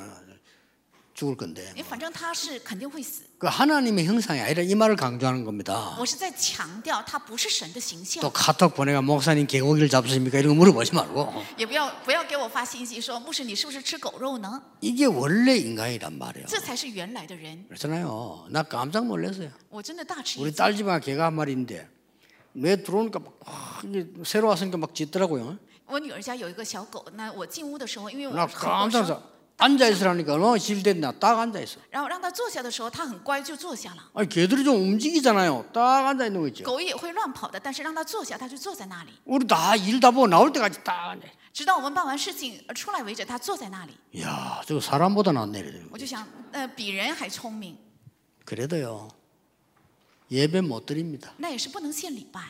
S1: 죽을 건데.
S2: 因为反正他是肯定会死。
S1: 그 하나님의 형상이 아니라 이 말을 강조하는 겁니다.
S2: 我是在强调他不是神的形象
S1: 또 ， 카톡 보내가 목사님 개고기를 잡수십니까? 이런 거 물어보지 말고
S2: 也不要不要给我发信息说牧师你是不是吃狗肉呢？
S1: 이게 원래 인간이란 말이에요.
S2: 这才是原来的人。
S1: 그렇잖아요. 나 깜짝 놀랐어요.
S2: 我真的大吃一
S1: 우리
S2: 惊。
S1: 딸 집안 개가 한 마리인데 내 들어오니까 막 아, 이게 새로 왔으니까 막 짖더라고요.
S2: 我女儿家有一个小狗，那我进屋的时候，因为
S1: 나
S2: 我很陌
S1: 깜짝
S2: 生，
S1: 놀랐어. 앉아 있으라니까 어 질댔나 딱 앉아 있어.
S2: 然后让它坐下的时候，它很乖就坐下了。
S1: 아니 개들이 좀 움직이잖아요. 딱 앉아 있는 거 있죠.
S2: 狗也会乱跑的，但是让它坐下，它就坐在那里，
S1: 우리 다 일 다 보고 나올 때까지 딱 앉아. 있어.
S2: 直到我们办完事情呃出来为止，它坐在那里。
S1: 이야, 저 사람보다 낫네. 이래요.
S2: 我就想，呃，比人还聪明，
S1: 그래도요. 예배 못 드립니다.
S2: 那也是不能献礼拜。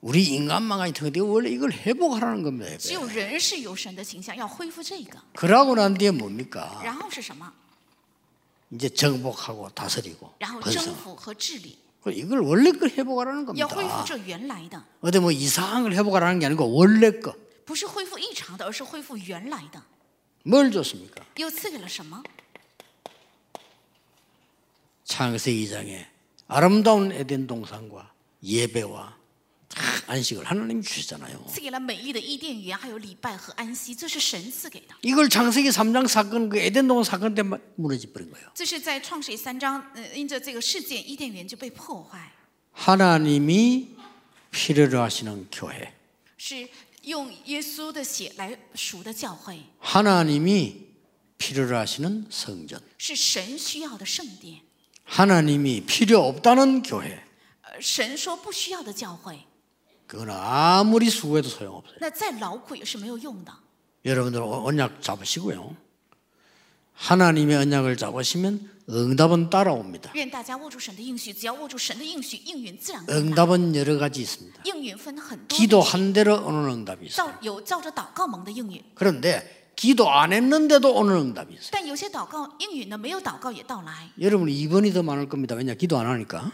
S1: 우리 인간만 같은 건데 원래 이걸 회복하라는 겁니다.
S2: 只
S1: 예배.
S2: 有人是有神的形象，要恢复这个。
S1: 그러고 난 뒤에 뭡니까?
S2: 然后是什么？
S1: 이제 정복하고 다스리고
S2: 然后征
S1: 번성.
S2: 服和治理，
S1: 이걸 원래 걸 회복하라는
S2: 要恢复
S1: 겁니다.
S2: 这原来的，
S1: 어디 뭐 이상한 걸 회복하라는 게 아니고 원래 거.
S2: 不是恢复异常的，而是恢复原来的。
S1: 뭘 줬습니까?
S2: 又赐给了什么？
S1: 창세기 2장에 아름다운 에덴 동산과 예배와 다 안식을 하나님 주시잖아요.
S2: 赐给了美丽的伊甸园，还有礼拜和安息，这是神赐给的。
S1: 이걸 장세기 3장 사건 그 에덴 동산 사건 때문에 무너져 버린 거예요.
S2: 这是在创世记三章，呃，因着这个事件，伊甸园就被破坏，
S1: 하나님이 필요로 하시는 교회.
S2: 是用耶稣的血来赎的教会，
S1: 하나님이 필요로 하시는 성전.
S2: 是神需要的圣殿，
S1: 하나님이 필요 없다는 교회.
S2: 呃，神说不需要的教会，
S1: 그건 아무리 수고해도 소용없어요.
S2: 那再劳苦也是没有用的。
S1: 여러분들 어, 언약 잡으시고요. 하나님의 언약을 잡으시면 응답은 따라옵니다.
S2: 愿大家握住神的应许，只要握住神的应许，应允自然
S1: 嗯
S2: 会来。
S1: 응답은 여러 가지 있습니다.
S2: 应允分很多，
S1: 기도한 대로 오는 응답이 있어요.
S2: 照有照着祷告蒙的应允，
S1: 그런데 기도 안 했는데도 오는 응답이 있어요.
S2: 但有些祷告应允的没有祷告也到来，
S1: 여러분 2번이 더 많을 겁니다. 왜냐 기도 안 하니까.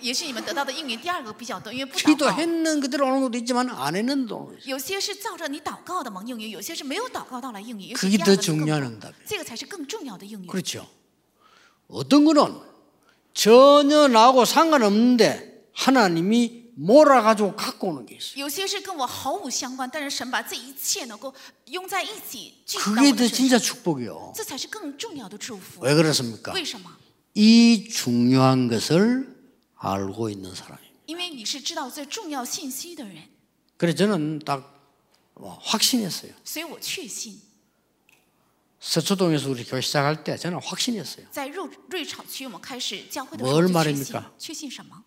S2: 也是你们得到的应允。第二个比较多，因为不祷告，
S1: 기도했는 그대로 오는 것도 있지만 안 했는데도 오는 것도 있어요.
S2: 有些是照着你祷告的蒙应允，有些是没有祷告到来应允。尤其
S1: 그게
S2: 第
S1: 더
S2: 二个是更
S1: 중요한 응답이에요.
S2: 这个才是更重要的应允。
S1: 그렇죠. 어떤 거는 전혀 나하고 상관없는데 하나님이 몰아가지고 갖고 오는 게 있어요.
S2: 有些是跟我毫无相关，但是神把这一切能够拥在一起，聚集到
S1: 그게
S2: 我
S1: 더
S2: 的身上，
S1: 진짜 축복이요.
S2: 这才是更重要的祝福。
S1: 왜 그렇습니까?
S2: 为什么？
S1: 이 중요한 것을 알고 있는 사람입니다.
S2: 因为你是知道最重要信息的人，
S1: 그래서 저는 딱 어, 확신했어요.
S2: 所以我确信。
S1: 서초동에서 우리 교회 시작할 때 저는 확신했어요.
S2: 在瑞瑞草区，我们开始教会的
S1: 뭘
S2: 时候
S1: 말입
S2: 就
S1: 니까
S2: 确信，确信什么？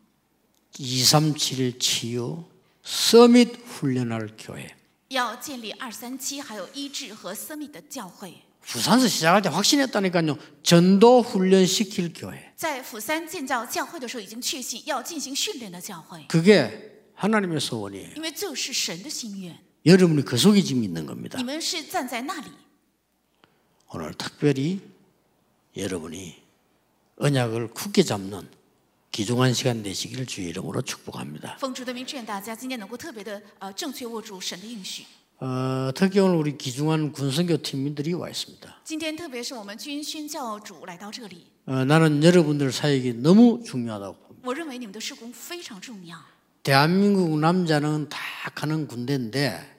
S1: 237 치유 서밋 훈련할 교회.
S2: 要建立二三七，还有医治和森米的教会。
S1: 부산서 시작할 때 확신했다니까요. 전도 훈련시킬 교회.
S2: 在釜山建造教会的时候，已经确信要进行训练的教会，
S1: 그게 하나님의 소원이에요.
S2: 因为这是神的心愿。
S1: 여러분이 그 속에 지금 있는 겁니다.
S2: 你们是站在那里，
S1: 오늘 특별히 여러분이 언약을 굳게 잡는 귀중한 시간 되시기를 주의 이름으로 축복합니다.
S2: 奉主的名，祝愿大家今天能够特别的呃正确握住神的应许。
S1: 어, 특히 오늘 우리 귀중한 군선교 팀민들이 와 있습니다.
S2: 今天特别是我们军宣教主来到这里，
S1: 어, 나는 여러분들 사역이 너무 중요하다고 봅니다.
S2: 我认为你们的施工非常重要。
S1: 대한민국 남자는 다 가는 군대인데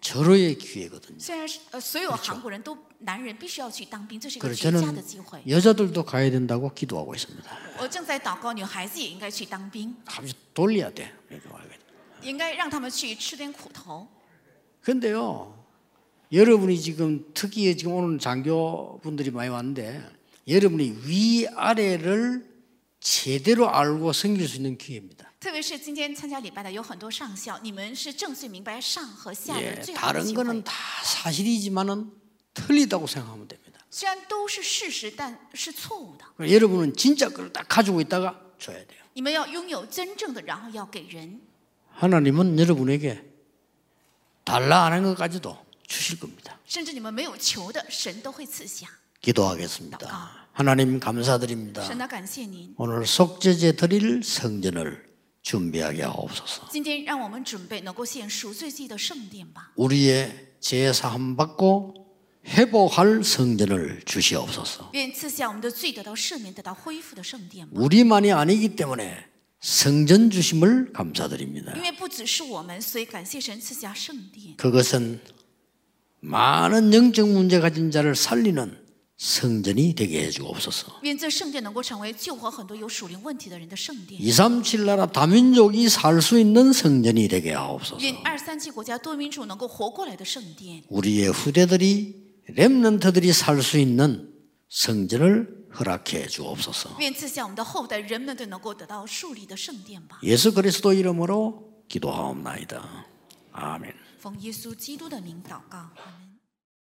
S1: 절호의 기회거든요.
S2: 虽然是呃所有韩国人都男人必须要去当兵，这是一个
S1: 그래서
S2: 绝佳的
S1: 저는
S2: 机会。
S1: 여자들도 가야 된다고 기도하고 있습니다.
S2: 我正在祷告，女孩子也应该去当兵，
S1: 갑자기 돌려야 돼. 이렇게 말하겠다.
S2: 应该让他们去吃点苦头。
S1: 근데요, 여러분이 지금 특히 지금 오늘 장교분들이 많이 왔는데 여러분이 위 아래를 제대로 알고 섬길 수 있는 기회입니다.
S2: 特别是今天参加礼拜的有很多上校，你们是正最明白上和下
S1: 예,
S2: 的最好的
S1: 다른
S2: 机会
S1: 거는 。다 사실이지만은 틀리다고 생각하면 됩니다.
S2: 虽然都是事实，但是错误的。
S1: 그러니까 여러분은 진짜 그걸 딱 가지고 있다가 줘야 돼요.
S2: 你们要拥有真正的，然后要给人。
S1: 하나님은 여러분에게 달라 안 한 것까지도 주실 겁니다.
S2: 甚至你们没有求的，神都会赐下。
S1: 기도하겠습니다. 하나님 감사드립니다.
S2: 神啊，感谢您，
S1: 오늘 속죄제 드릴 성전을 준비하게 하옵소서.
S2: 今天让我们准备能够献赎罪祭的圣殿吧，
S1: 우리의 죄 사함 받고 회복할 성전을 주시옵소서.
S2: 愿赐下我们的罪得到赦免、得到恢复的圣殿吧。
S1: 우리만이 아니기 때문에 성전 주심을 감사드립니다.
S2: 因为不只是我们，所以感谢神赐下圣殿。
S1: 그것은 많은 영적 문제 가진 자를 살리는 성전이 되게 해 주옵소서.
S2: 愿这圣殿能够成为救活很多有属灵问题的人的圣殿。
S1: 237 나라 다민족이 살 수 있는 성전이 되게 하옵소서.
S2: 愿二三七国家多民主能够活过来的圣殿。
S1: 우리의 후대들이 렘넌트들이 살 수 있는 성전을 허락해 주옵소서.
S2: 愿赐下我们的后代，人们都能够得到树立的圣殿吧。
S1: 예수 그리스도 이름으로 기도하옵나이다. 아멘.
S2: 奉耶稣基督的名祷告，阿门。